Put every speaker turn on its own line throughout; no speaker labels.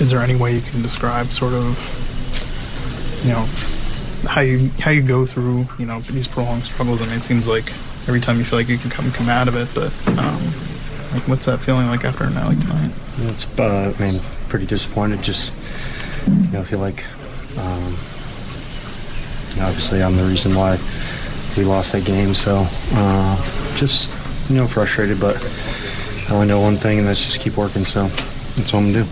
is there any way you can describe sort of, you know, how you how you go through you know these prolonged struggles? I mean, it seems like every time you feel like you can come come out of it, but um, like what's that feeling like after a night like tonight?
It's, uh, I mean, pretty disappointed. Just, you know, I feel like, um, you know, obviously, I'm the reason why we lost that game. So, uh, just, you know, frustrated. But I only know one thing, and that's just keep working. So, that's all I'm gonna do.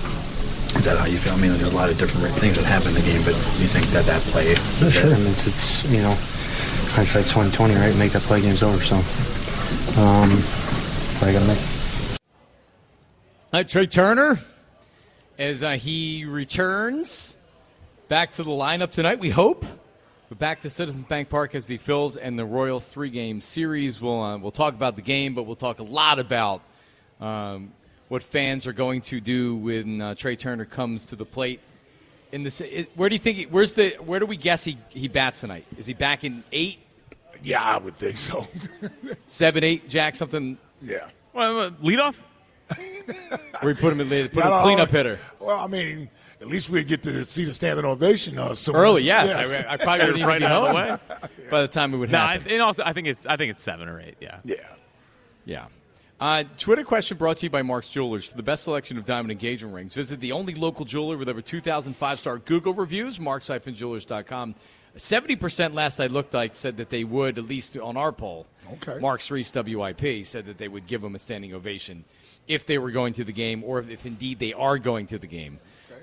Is that how you feel? I mean, there's a lot of different things that happen in the game, but you think that that play?
Sure. I mean, it's, it's you know, hindsight's 2020, right? Make that play game's over. So, um, I gotta make. it.
Uh, Trey Turner, as uh, he returns back to the lineup tonight, we hope. But back to Citizens Bank Park as the Phils and the Royals three-game series. We'll uh, we'll talk about the game, but we'll talk a lot about um, what fans are going to do when uh, Trey Turner comes to the plate. In this, it, where do you think? He, where's the? Where do we guess he, he bats tonight? Is he back in eight,
Yeah, I would think so.
seven, eight? Jack, something
yeah.
Well, uh, lead off.
where you put him in the put
Not
him
all-
cleanup hitter.
Well, I mean, at least we get to see the standing ovation uh, soon.
Early, yes. I, I
Yes.
probably wouldn't even
Right
be
out of the
home
way.
by the time it would
No, I,
happen.
and also I think it's I think it's seven or eight. Yeah.
yeah.
yeah. Uh, Twitter question brought to you by Mark's Jewelers. For the best selection of diamond engagement rings, visit the only local jeweler with over 2,000 five-star Google reviews, marks-jewelers.com. 70% last I looked like said that they would, at least on our poll.
Okay.
Mark's Reese WIP said that they would give him a standing ovation if they were going to the game or if indeed they are going to the game.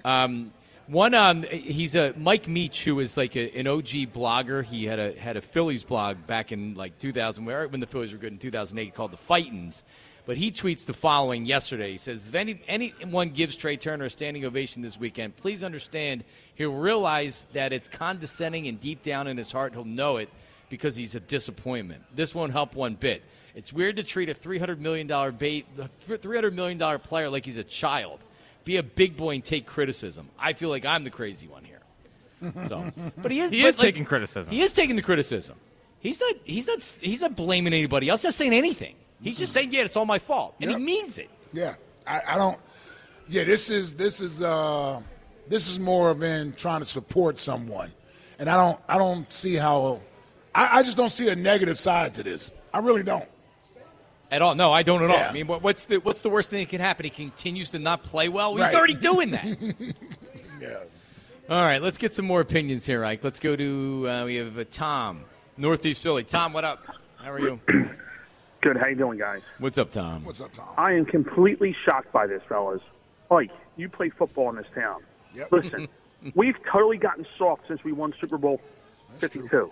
Um, one, um, he's a Mike Meach, who is like a, an OG blogger. He had a had a Phillies blog back in like 2000, where- when the Phillies were good in 2008, called the Fightins. But he tweets the following yesterday. He says, "If any anyone gives Trey Turner a standing ovation this weekend, please understand he'll realize that it's condescending, and deep down in his heart, he'll know it because he's a disappointment. This won't help one bit. It's weird to treat a three hundred million dollar bait, three hundred million dollar player like he's a child. Be a big boy and take criticism. I feel like I'm the crazy one here. So, but he is,
He
but,
is
like,
taking criticism.
He is taking the criticism. He's not. He's not. He's not blaming anybody else. He's Not saying anything. He's just saying, yeah, it's all my fault, and
Yep.
he means it.
Yeah, I, I don't. Yeah, this is this is uh, this is more of in trying to support someone, and I don't I don't see how I, I just don't see a negative side to this. I really don't.
At all? No, I don't at all.
Yeah.
I mean, what, what's the what's the worst thing that can happen? He continues to not play well. He's
Right.
already doing that.
Yeah,
all right, let's get some more opinions here, Ike. Let's go to uh, we have uh, Tom, Northeast Philly. Tom, what up? How are you?
Good. How you doing, guys?
What's up, Tom?
what's up, Tom?
I am completely shocked by this, fellas. Mike, you play football in this town.
Yep.
Listen, we've totally gotten soft since we won Super Bowl 52.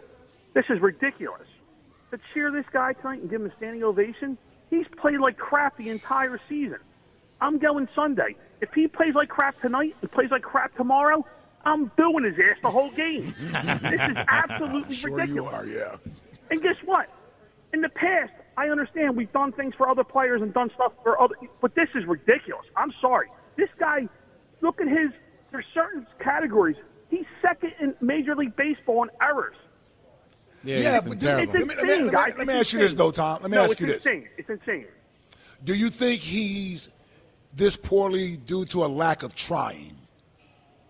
This is ridiculous. To cheer this guy tonight and give him a standing ovation, he's played like crap the entire season. I'm going Sunday. If he plays like crap tonight and plays like crap tomorrow, I'm booing his ass the whole game. this is absolutely
sure you
ridiculous.
are. Yeah,
And guess what? In the past, I understand we've done things for other players and done stuff for other, but this is ridiculous. I'm sorry. This guy, look at his. There's certain categories. He's second in Major League Baseball in errors.
Yeah,
yeah.
you've been
but do-
terrible.
It's
let me, let me-
insane,
let me-
guys.
let me
It's
ask you this
insane.
though, Tom. Let me
no,
ask
it's
you this:
insane. It's insane.
Do you think he's this poorly due to a lack of trying?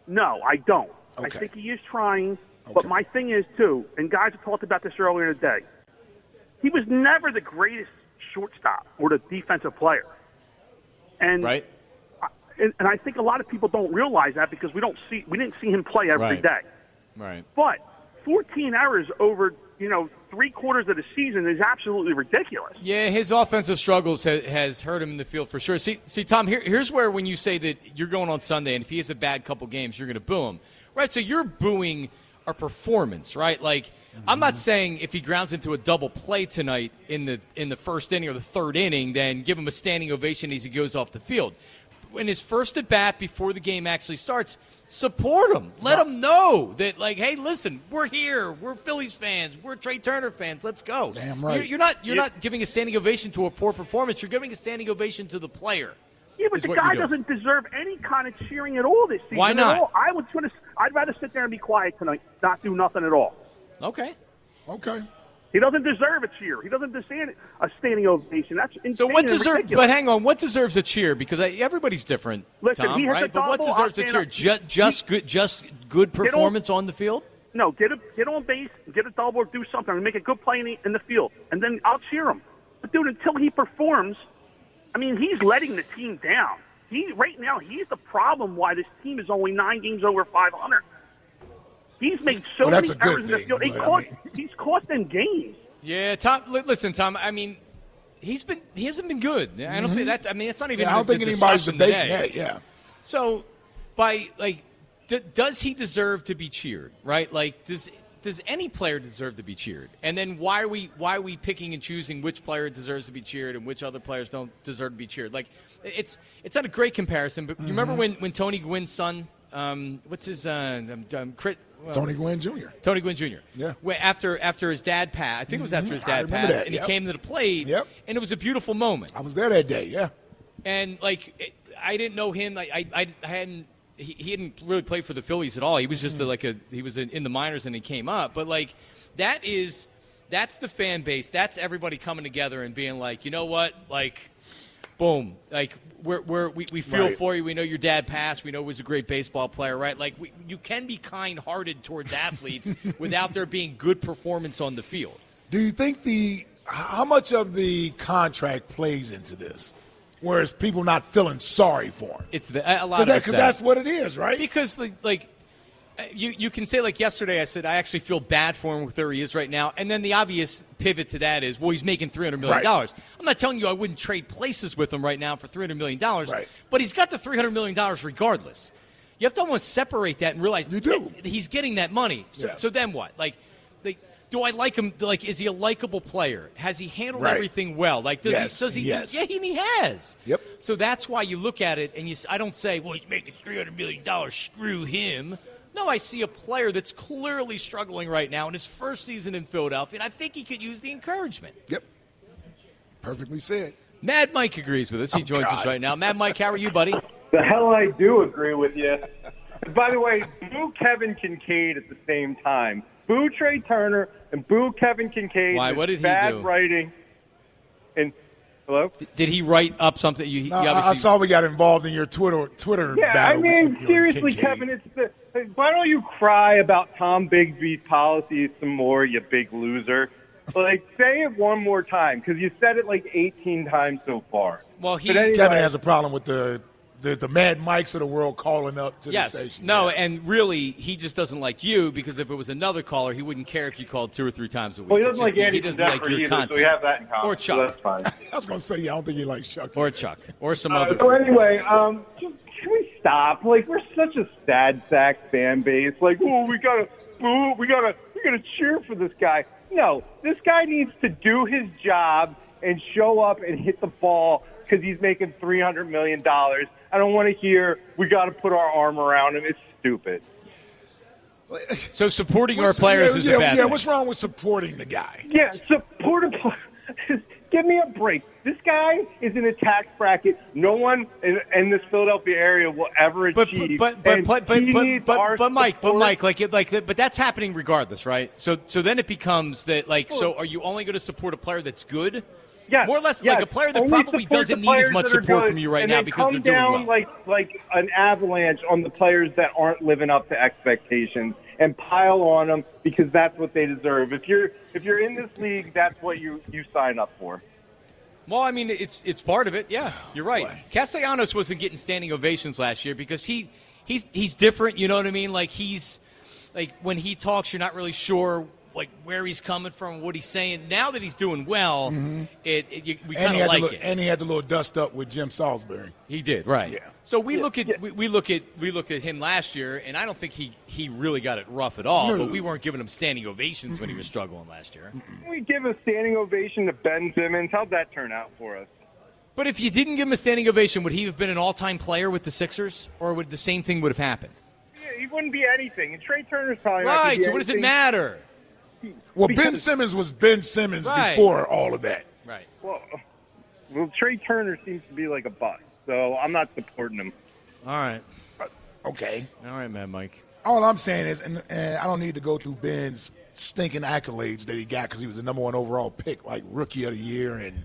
No, I don't.
Okay.
I think he is trying.
Okay.
But my thing is too, and guys have talked about this earlier in the day. He was never the greatest shortstop or the defensive player. And
Right?
and, and I think a lot of people don't realize that because we don't see we didn't see him play every
Right.
day.
Right.
But 14 errors over you know three quarters of the season is absolutely ridiculous.
Yeah, his offensive struggles ha- has hurt him in the field for sure. See, see, Tom, here, here's where when you say that you're going on Sunday, and if he has a bad couple games, you're going to boo him, right? So you're booing a performance, right? Like, I'm not
Mm-hmm.
saying if he grounds into a double play tonight in the in the first inning or the third inning, then give him a standing ovation as he goes off the field. In his first at bat before the game actually starts, support him. Let him know that, like, hey, listen, we're here. We're Phillies fans. We're Trey Turner fans. Let's go.
Damn right.
You're- you're not you're not giving a standing ovation to a poor performance. You're giving a standing ovation to the player.
Yeah, but
is
the
what you're
guy
doing.
doesn't deserve any kind of cheering at all this season.
Why not?
At all. I would want to. I'd rather sit there and be quiet tonight, not do nothing at all.
Okay.
Okay.
He doesn't deserve a cheer. He doesn't deserve a standing ovation. That's insane
So what
and
deserves?
ridiculous.
But hang on, what deserves a cheer? Because I, everybody's different,
Listen,
Tom,
he has a
right? But what
double,
deserves a
I'm
cheer?
saying, uh,
Just, just good, just good
on-
performance on the field.
No, get a get on base, get a double, or do something, and make a good play in the, in the field, and then I'll cheer him. But dude, until he performs, I mean, he's letting the team down. He right now he's the problem why this team is only nine games over 500. He's made so
Well, that's
many
a good
errors in the
thing,
field. He
but I
cost,
mean-
he's cost them games.
Yeah, Tom. Li- listen, Tom. I mean, he's been he hasn't been good. I don't think that's. I mean, it's not even.
Yeah, I don't
the-
think
the
anybody's
discussion
debating
today.
that. Yeah.
So, by like, d- does he deserve to be cheered? Right? Like, does does any player deserve to be cheered? And then why are we why are we picking and choosing which player deserves to be cheered and which other players don't deserve to be cheered? Like, it's it's not a great comparison. But you
Mm-hmm.
remember when when Tony Gwynn's son, um, what's his uh, um, um, Crit, well,
Tony Gwynn Jr.
Tony Gwynn Jr.
Yeah. Mm-hmm.
Wh- after after his dad passed, I think it was after his
I
dad
remember
passed,
that,
and
yep.
he came to the plate,
Yep.
and it was a beautiful moment.
I was there that day. Yeah.
And like, it, I didn't know him. Like, I, I I hadn't he, he hadn't really played for the Phillies at all. He was just
Mm-hmm.
the, like a he was in, in the minors and he came up. But like, that is that's the fan base. That's everybody coming together and being like, you know what, like. Boom! Like we're, we're, we we feel
Right.
for you. We know your dad passed. We know he was a great baseball player, right? Like we, you can be kind-hearted towards athletes without there being good performance on the field.
Do you think the how much of the contract plays into this? Whereas people not feeling sorry for him.
It's the, a lot
Because
of
that,
it's
'cause
that.
that's what it is, right?
because like, like uh, you you can say like yesterday I said I actually feel bad for him with where he is right now, and then the obvious pivot to that is well he's making three hundred million dollars. I'm not telling you I wouldn't trade places with him right now for three hundred million dollars,
Right.
but he's got the three hundred million dollars regardless. You have to almost separate that and realize
You do.
that he's getting that money. So,
Yeah.
so then what? Like, like, do I like him? Like, is he a likable player? Has he handled
Right.
everything well? Like, does
Yes,
he? Does he?
yes.
yeah, he, and he has.
Yep.
So that's why you look at it and you. s- I don't say, well, he's making three hundred million dollars. Screw him. No, I see a player that's clearly struggling right now in his first season in Philadelphia, and I think he could use the encouragement.
Yep. Perfectly said.
Mad Mike agrees with us. He joins us
God.
right now. Mad Mike, how are you, buddy?
The hell I do agree with you. And by the way, boo Kevin Kincaid at the same time. Boo Trey Turner and boo Kevin Kincaid.
Why?
It's
What did he
bad
do?
writing. And hello.
Did he write up something? You, you
No, I-
obviously
I saw we got involved in your Twitter Twitter.
Yeah, I
battle
mean,
with you and
seriously,
Kincaid.
Kevin, it's the. Why don't you cry about Tom Bigsby's policies some more, you big loser? Like, say it one more time because you said it like 18 times so far.
Well, he-
But anyway-
Kevin has a problem with the the, the Mad Mikes of the world calling up to
Yes.
the station.
No,
Yeah.
and really, he just doesn't like you because if it was another caller, he wouldn't care if you called two or three times a week.
Well, he
It's
doesn't
just
like
that
Andy
he doesn't like
Kuzepper
your
either,
content.
so we have that in common.
Or
so
Chuck.
that's fine.
I was gonna say, yeah, I don't think you like Chuck.
Or Chuck. Or some
Uh,
other.
so anyway, um, just, can we stop? Like, we're such a sad sack fan base. Like, oh, we gotta boo, we gotta, we gotta cheer for this guy. No, this guy needs to do his job and show up and hit the ball because he's making three hundred million dollars. I don't want to hear we gotta put our arm around him. It's stupid.
So supporting our
What's-
players
yeah,
is
yeah,
a bad
yeah.
thing.
What's wrong with supporting the guy?
Yeah, support a pl- Give me a break. This guy is in a tax bracket no one in, in this Philadelphia area will ever
but
achieve.
but but
and
but but
he
but
needs
but,
our
but Mike, but
support.
Mike, like it, like but that's happening regardless, right? So so then it becomes that like so are you only going to support a player that's good?
Yes,
more or less
yes.
like a player that
Only
probably
support
doesn't
the
need as
players
much
that are
support
good,
from you right
and
now
then
because
come
they're doing
down
well.
like like an avalanche on the players that aren't living up to expectations and pile on them because that's what they deserve. If you're if you're in this league, that's what you you sign up for.
Well, I mean, it's it's part of it. Yeah, you're right. Castellanos wasn't getting standing ovations last year because he he's he's different. You know what I mean? Like he's like when he talks, you're not really sure like where he's coming from, what he's saying. Now that he's doing well, it, it you, we
Mm-hmm. And
kind of
he had
like
the little,
it.
and he had the little dust up with Jim Salisbury.
He did, right?
Yeah.
So we look at we, we look at we looked at him last year, and I don't think he he really got it rough at all. But we weren't giving him standing ovations when he was struggling last year.
Can we give a standing ovation to Ben Simmons? How'd that turn out for us?
But if you didn't give him a standing ovation, would he have been an all time player with the Sixers, or would the same thing would have happened?
Yeah, He wouldn't be anything, and Trey Turner's probably not gonna
Right.
be
So what does it
anything.
matter?
Well, Ben
Because-
Simmons was Ben Simmons
Right.
before all of that.
Right.
Well, well, Trey Turner seems to be like a bust, so I'm not supporting him.
All right.
Okay.
All right, man, Mike.
All I'm saying is, and, and I don't need to go through Ben's stinking accolades that he got because he was the number one overall pick, like rookie of the year and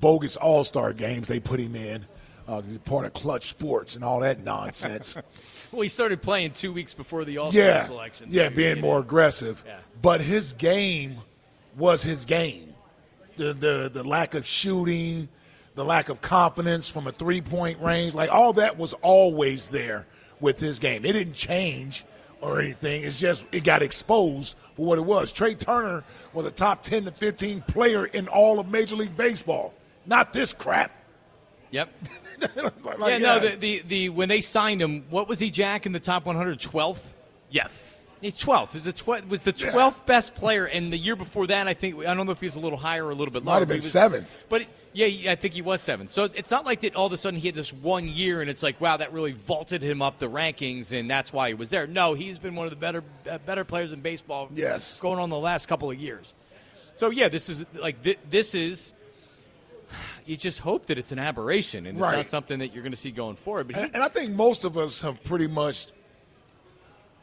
bogus All Star games they put him in. Uh, he's part of Clutch Sports and all that nonsense.
Well, he started playing two weeks before the All Star
yeah,
selection.
yeah,
so
being
you-
more aggressive.
Yeah.
But his game was his game. The, the the lack of shooting, the lack of confidence from a three point range, like all that was always there with his game. It didn't change or anything. It's just it got exposed for what it was. Trey Turner was a top ten to fifteen player in all of Major League Baseball. Not this crap.
Yep.
Like,
yeah, no, the, the, the when they signed him, what was he, Jack, in the top 100? 12th?
Yes.
He's 12th. He was, a tw- was the 12th best player. And the year before that, I think, I don't know if he was a little higher or a little bit lower.
Might have
but he
been
was-
seventh.
But yeah, I think he was seventh. So it's not like that all of a sudden he had this one year and it's like, wow, that really vaulted him up the rankings and that's why he was there. No, he's been one of the better uh, better players in baseball
Yes.
going on the last couple of years. So yeah, this is like, thi- this is. You just hope that it's an aberration and it's
Right.
not something that you're going to see going forward. But he
And, and I think most of us have pretty much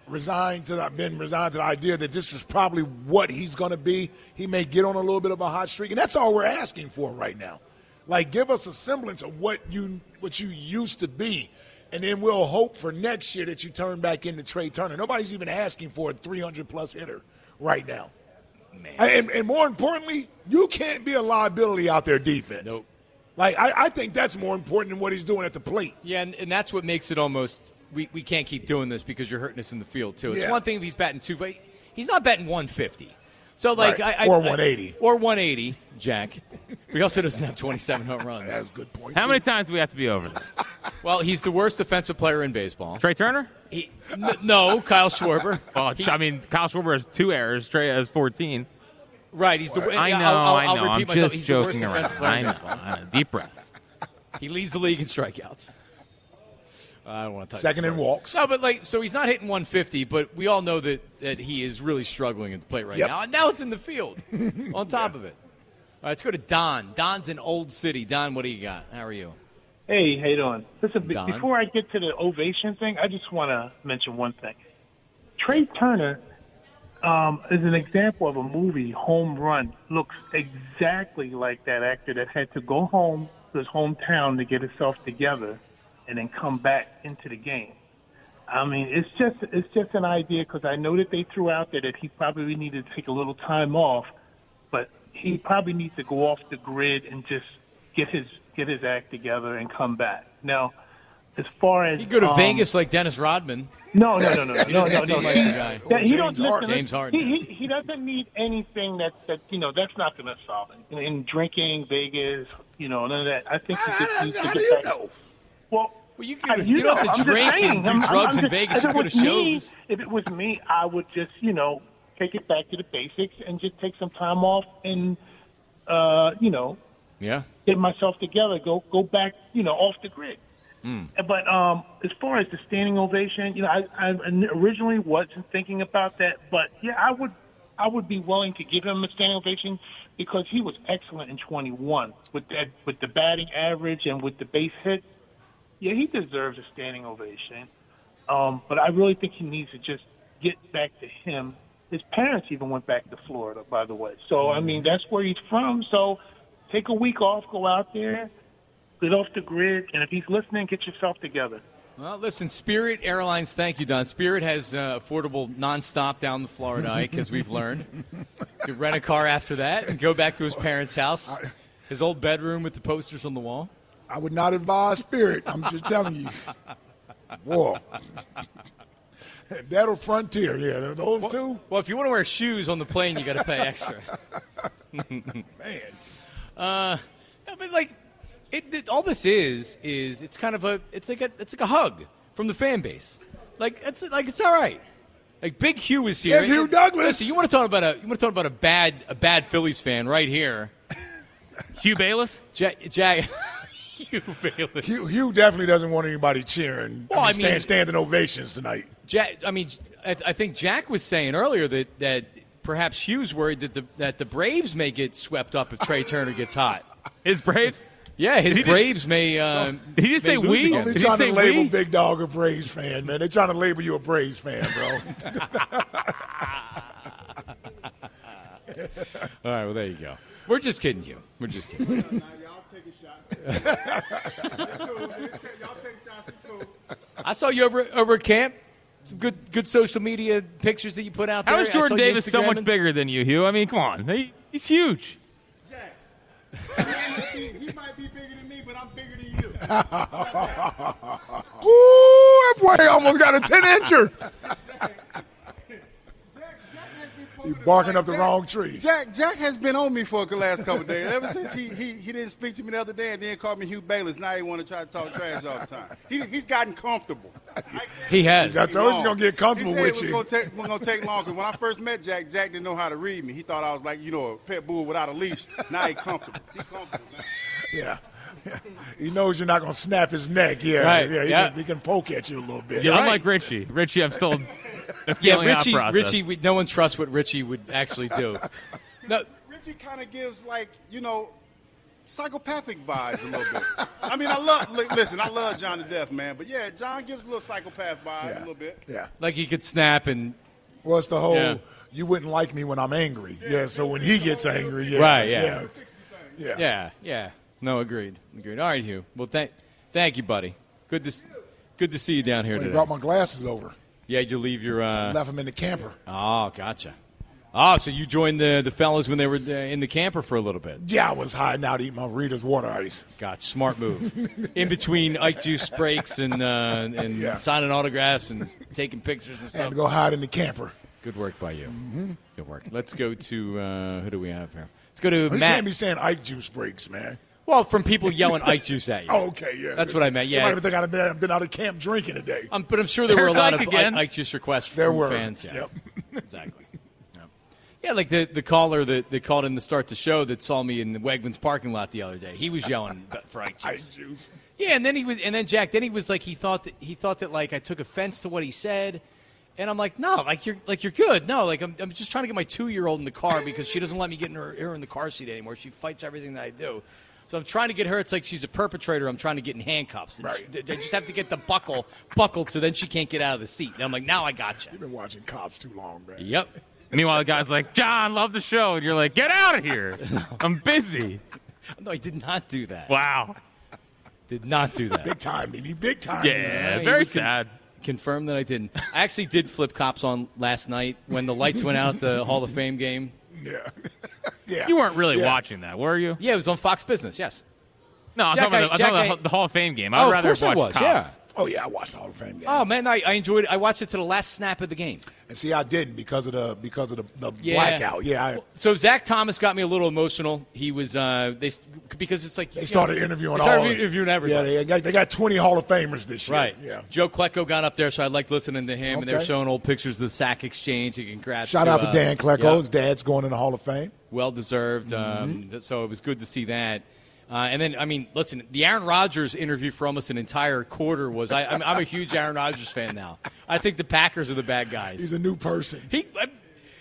resigned to that, been resigned to the idea that this is probably what he's going to be. He may get on a little bit of a hot streak, and that's all we're asking for right now. Like, give us a semblance of what you what you used to be, and then we'll hope for next year that you turn back into Trey Turner. Nobody's even asking for a 300 plus hitter right now. And, and more importantly, you can't be a liability out there defense.
Nope.
Like I, I think that's more important than what he's doing at the plate.
Yeah, and, and that's what makes it almost we, we can't keep doing this because you're hurting us in the field too. It's
Yeah.
one thing if he's batting two, but he's not batting 150. So like
Right.
I, I
Or
I-
180.
or 180, Jack. But he also doesn't have 27 home runs.
That's a good point.
How
too.
many times do we have to be over this?
Well, he's the worst defensive player in baseball.
Trey Turner?
He, n- no, Kyle Schwarber.
Well, I mean, Kyle Schwarber has two errors. Trey has 14.
Right, he's the.
I know,
I'll, I'll,
I
I'll
know.
repeat
I'm
myself.
just
he's
joking
the worst
around.
defensive player
I
in
know.
baseball.
I know. Deep breaths.
He leads the league in strikeouts. I don't want to touch
Second
this
and
word.
walks.
No, but like, so he's not hitting 150, but we all know that, that he is really struggling at the plate right
Yep.
now. And now it's in the field on top of it. All right, let's go to Don. Don's in Old City. Don, what do you got? How are you?
Hey, how you doing? Listen, be-
Don?
before I get to the ovation thing, I just want to mention one thing. Trey Turner um, is an example of a movie, Home Run. Looks exactly like that actor that had to go home to his hometown to get himself together and then come back into the game. I mean, it's just it's just an idea because I know that they threw out there that he probably needed to take a little time off, but he probably needs to go off the grid and just get his get his act together and come back. Now, as far as
You go to
um,
Vegas like Dennis Rodman.
no, no, no, no, no, no,
doesn't
no.
seem like
he-
the guy.
yeah, he
James
don't listen,
Harden.
listen,
James Harden.
He, he, he doesn't need anything that that you know that's not going to solve it. In, in drinking, Vegas, you know, none of that. I think he
Ah,
just
How,
needs to
how
get
do you
back.
know?
Well,
Well, you can-
I-
you don't have to
know, I'm just
drink and
saying,
do
I'm- I'm-
drugs
I'm
in
just-
Vegas
if
to
it
go to
was me-
shows.
if it was me, I would just you know take it back to the basics and just take some time off and uh, you know
Yeah.
get myself together, go go back, you know, off the grid.
Hmm.
But um, as far as the standing ovation, you know, I, I originally wasn't thinking about that, but yeah, I would I would be willing to give him a standing ovation because he was excellent in 21 with that with the batting average and with the base hit. Yeah, he deserves a standing ovation. Um, but I really think he needs to just get back to him. His parents even went back to Florida, by the way. So I mean, that's where he's from. So take a week off, go out there, get off the grid, and if he's listening, get yourself together.
Well, listen, Spirit Airlines, thank you, Don. Spirit has uh, affordable nonstop down the Florida Ike, as we've learned. You could rent a car after that and go back to his parents' house, his old bedroom with the posters on the wall.
I would not advise spirit. I'm just telling you. Whoa. That'll frontier. Yeah, those two.
Well, if you want to wear shoes on the plane, you got to pay extra.
Man.
I mean, like, it, it- all this is is it's kind of a it's like a it's like a hug from the fan base. Like it's like it's all right. Like Big Hugh is here.
There's Hugh Douglas.
Listen, you want to talk about a you want to talk about a bad a bad Phillies fan right here,
Hugh Bayless?
Jack. Jack Hugh Bayless.
Hugh, Hugh definitely doesn't want anybody cheering.
Well,
I
I
mean, stand-
mean-
standing ovations tonight.
Jack, I mean, I, I think Jack was saying earlier that, that perhaps Hughes worried that the that the Braves may get swept up if Trey Turner gets hot.
His Braves?
Yeah, his
Did he just-
Braves may. Uh,
Did he just
may
say
lose
we?
again.
They're
Did he
trying
say
to label
we?
Big Dog a Braves fan, man. They're trying to label you a Braves fan, bro.
All right, well, there you go. We're just kidding you. We're just kidding. I saw you over over at camp. Some good good social media pictures that you put out there.
How is
I
Jordan
saw you
Davis so
Instagramming.
much bigger than you, Hugh? I mean, come on. He, he's huge.
he might be bigger than me, but I'm bigger than you.
Ooh, that boy almost got a 10 incher. He barking up the wrong tree.
Jack Jack has been on me for the last couple of days. Ever since he, he he didn't speak to me the other day and then called me Hugh Bayless. Now he want to try to talk trash all the time. He, he's gotten comfortable.
He has.
I told you he's going to get comfortable
he said
with
it was
you.
Gonna take, was gonna take long because when I first met Jack, Jack didn't know how to read me. He thought I was like you know a pet bull without a leash. Now he comfortable. He comfortable. Man.
Yeah. Yeah. He knows you're not going to snap his neck. Yeah.
Right,
Yeah. He,
yeah.
Can, he can poke at you a little bit.
Yeah, I'm like Richie. Richie, I'm still
Yeah,
feeling out
Richie.
process.
Richie, we, no one trusts what Richie would actually do. No,
Richie kind of gives like you know psychopathic vibes a little bit. I mean, I love li- listen. I love John to death, man. But yeah, John gives a little psychopath vibe
Yeah.
a little bit.
Yeah.
like he could snap and
Well, it's the whole
Yeah.
you wouldn't like me when I'm angry. Yeah. so when he gets angry, yeah.
Right, yeah.
Yeah. Yeah.
yeah, yeah. No, agreed, agreed. All right, Hugh. Well, thank thank you, buddy. Good to s- good to see you down here
He
today.
brought my glasses over.
Yeah, did you leave your uh,
Left him in the camper.
Oh, gotcha. Oh, so you joined the the fellas when they were uh, in the camper for a little bit.
Yeah, I was hiding out eating my Rita's water ice.
Gotcha. Smart move. in between Ike Juice breaks and uh, and
Yeah.
signing autographs and taking pictures and
Had
stuff.
to go hide in the camper.
Good work by you. Good work. Let's go to uh, who do we have here? Let's go to
You
Matt.
can't be saying Ike juice breaks, man.
Well, from people yelling Ike Juice at you.
Oh, okay, yeah.
That's what I meant,
They
yeah.
Might even think I've been, I've been out of camp drinking today.
Um, but I'm sure there were a
There's
lot
Ike
of
again.
Ike, Ike Juice requests
There
from
were.
fans. Yeah.
Yep.
exactly. Yep. Yeah, like the, the caller that, that called in to start the show that saw me in the Wegmans parking lot the other day. He was yelling for Ike Juice.
Ike juice.
Yeah, and then he was, and then Jack, then he was like, he thought that he thought that like I took offense to what he said, and I'm like, no, like you're like you're good. No, like I'm, I'm just trying to get my two year old in the car because she doesn't let me get in her, her in the car seat anymore. She fights everything that I do. So I'm trying to get her. It's like she's a perpetrator. I'm trying to get in handcuffs. And
Right.
she- they just have to get the buckle buckled so then she can't get out of the seat. And I'm like, now I got you.
I've been watching cops too long, man.
Yep.
Meanwhile, the guy's like, John, love the show. And you're like, get out of here. I'm busy.
No, I did not do that.
Wow.
Did not do that.
Big time, baby. Big time.
Yeah,
Yeah,
very
we can-
sad.
Confirm that I didn't. I actually did flip cops on last night when the lights went out at the Hall of Fame game.
Yeah. yeah.
You weren't really
Yeah.
watching that, were you?
Yeah, it was on Fox Business. Yes.
No, I'm
Jack, I-
talking about, the, I'm talking
Jack,
about
I-
the Hall of Fame game. I'd
Oh, of
rather
course I
watch
was,
Cops.
yeah.
Oh, yeah, I watched the Hall of Fame game.
Oh man, I, I enjoyed it. I watched it to the last snap of the game.
And see, I didn't because of the because of the, the
Yeah.
blackout. Yeah, I,
So Zach Thomas got me a little emotional. He was uh, they because it's like
they started interviewing
They
all.
started
of-
interviewing everybody.
Yeah, they got, they got twenty Hall of Famers this year.
Right.
Yeah.
Joe Klecko got up there, so I liked listening to him, and they were
Okay.
showing old pictures of the sack exchange. And congrats!
Shout out to
uh,
Dan Klecko.
yeah.
His dad's going in the Hall of Fame.
well deserved.
Mm-hmm.
Um, th- so it was good to see that. Uh, and then, I mean, listen, the Aaron Rodgers interview for almost an entire quarter was. I, I'm, I'm a huge Aaron Rodgers fan now. I think the Packers are the bad
He's
guys.
a new person.
He, I,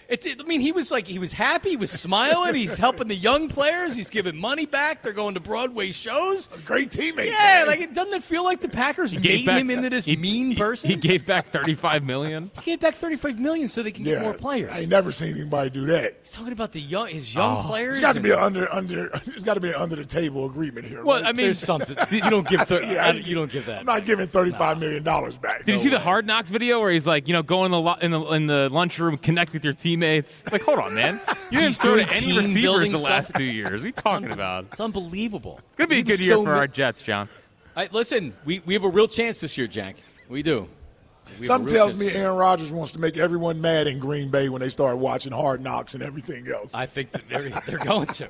it, I mean, he was like, he was happy, he was smiling, he's helping the young players, he's giving money back, they're going to Broadway shows.
Great teammate.
Yeah,
man.
like, it, doesn't it feel like the Packers made
Gave back-
him into this
he-
mean
he-
person?
He gave back 35 million.
He gave back 35 million so they can get more players.
I ain't never seen anybody do that.
he's talking about the young, his
Oh.
young players.
It's got to
and-
be an under under. It's got to be an under the table agreement here.
Well,
right?
I mean,
There's something. You don't give. Thir-
Yeah,
I-
I-
you don't give that.
I'm not giving thirty five million dollars back.
Did you see the Hard Knocks video where he's like, you know, go in the lo- in the in the lunchroom, connect with your teammates? It's Like, hold on, man, you didn't
He's
throw
doing
to any
team
receivers
building
the
stuff.
last two years. What are you talking about? It's
It's unbelievable. It's
gonna be a good year for our Jets, John.
listen, we, we have a real chance this year, Jack. We do. We have a
Some
real
tells
chance
me
this year.
Aaron Rodgers wants to make everyone mad in Green Bay when they start watching Hard Knocks and everything else.
I think that they're, they're going to,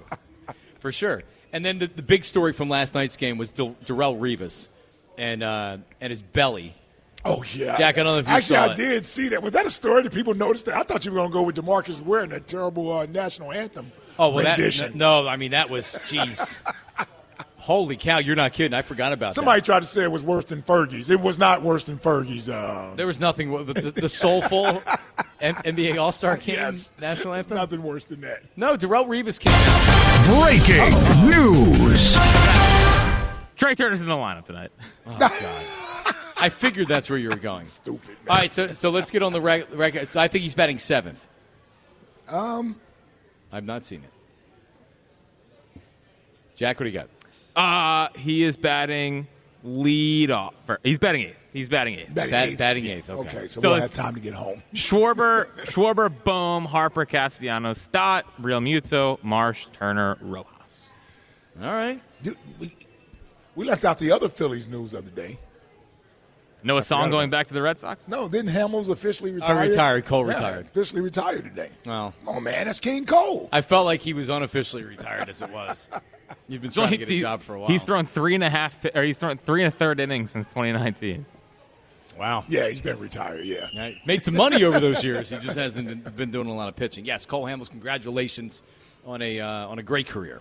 for sure. And then the, the big story from last night's game was Del- Darrell Rivas and uh, and his belly.
oh yeah,
Jack, I don't know if you
actually
saw
I
it.
did see that. Was that a story that people noticed? That I thought you were going to go with Demarcus Ware and that terrible uh, national anthem.
Oh well,
rendition.
that no, I mean that was jeez. Holy cow! You're not kidding. I forgot about
Somebody
that.
tried to say it was worse than Fergie's. It was not worse than Fergie's. Uh,
There was nothing. wo- But the, the soulful M- NBA All Star game
yes,
national
It's
anthem.
Nothing worse than that.
No, Darrell Rivas came out.
Breaking news.
Trey Turner's in the lineup tonight.
I figured that's where you were going.
Stupid. Man.
All right, so so let's get on the rec- record. So I think he's batting seventh. Um, I've not seen it. Jack, what do you got?
Uh, he is batting lead off. or He's batting eighth. He's batting eighth.
Batting Bat- eighth. batting eighth, okay. Okay,
so we'll
it's
have time to get home.
Schwarber, Schwarber, Bohm, Harper, Castellanos, Stott, Real Muto, Marsh, Turner, Rojas.
All right.
Dude, we, we left out the other Phillies news of the day.
Noah Song going back to the Red Sox?
No, didn't Hamels officially retire?
retired. Cole
Yeah,
retired.
Officially retired today.
Well,
Oh man, that's King Cole.
I felt like he was unofficially retired as it was. You've been trying to get a job for a while.
He's thrown three and a half, pi- or he's thrown three and a third innings since 2019.
Wow.
Yeah, he's been retired. Yeah.
Right. Made some money over those years. He just hasn't been doing a lot of pitching. Yes, Cole Hamels, congratulations on a uh, on a great career.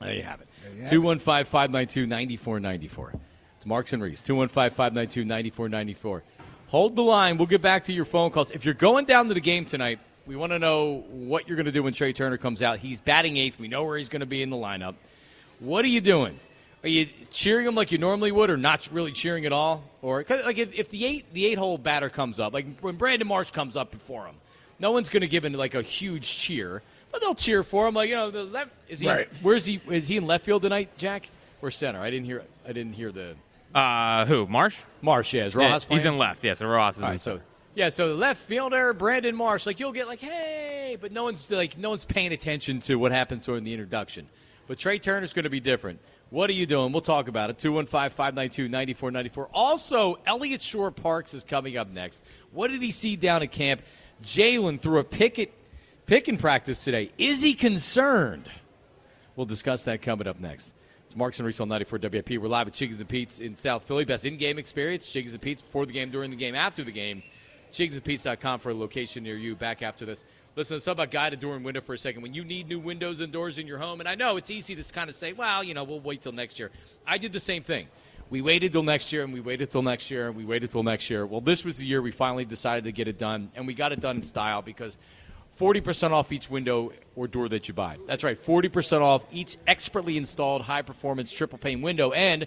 There you have it.
you have it.
215 592 9494. It's Marks and Reese. 215 592 9494. Hold the line. We'll get back to your phone calls. If you're going down to the game tonight, we want to know what you're going to do when Trey Turner comes out. He's batting eighth. We know where he's going to be in the lineup. What are you doing? Are you cheering him like you normally would, or not really cheering at all? Or 'cause, like if, if the eight the eight hole batter comes up, like when Brandon Marsh comes up before him, no one's going to give him like a huge cheer, but they'll cheer for him. Like you know, the left is he?
Right.
Where's he? Is he in left field tonight, Jack, or center? I didn't hear. I didn't hear the.
Uh, who? Marsh?
Marsh, yeah. Is Rojas
he's
playing?
in left. Yeah, so Rojas is in
so Yeah, so the left fielder Brandon Marsh, like you'll get like, hey, but no one's like no one's paying attention to what happens during the introduction. But Trey Turner's going to be different. What are you doing? We'll talk about it. 215-592-9494. Also, Elliot Shore Parks is coming up next. What did he see down at camp? Jalen threw a picket pick and practice today. Is he concerned? We'll discuss that coming up next. It's Marks and Reese on 94 WIP. We're live at Chiggs and Pete's in South Philly. Best in-game experience, Chiggs and Pete's before the game, during the game, after the game. ChigsandPete's.com for a location near you. Back after this. Listen, let's talk about guided door and window for a second. When you need new windows and doors in your home, and I know it's easy to kind of say, well, you know, we'll wait till next year. I did the same thing. We waited till next year, and we waited till next year, and we waited till next year. Well, this was the year we finally decided to get it done, and we got it done in style because 40% off each window or door that you buy. That's right, 40% off each expertly installed high performance triple pane window. And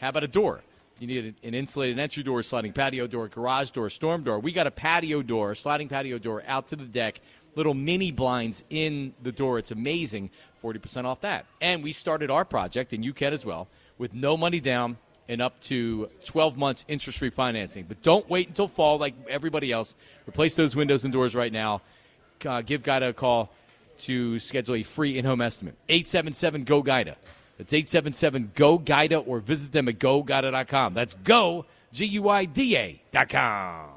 how about a door? You need an insulated entry door, sliding patio door, garage door, storm door. We got a patio door, sliding patio door out to the deck, little mini blinds in the door. It's amazing. 40% off that. And we started our project, and you can as well, with no money down and up to 12 months interest free financing. But don't wait until fall like everybody else. Replace those windows and doors right now uh, give Guida a call to schedule a free in-home estimate. 877-GO-GUIDA. That's 877-GO-GUIDA or visit them at goguida.com. That's go, G-U-I-D-A dot com.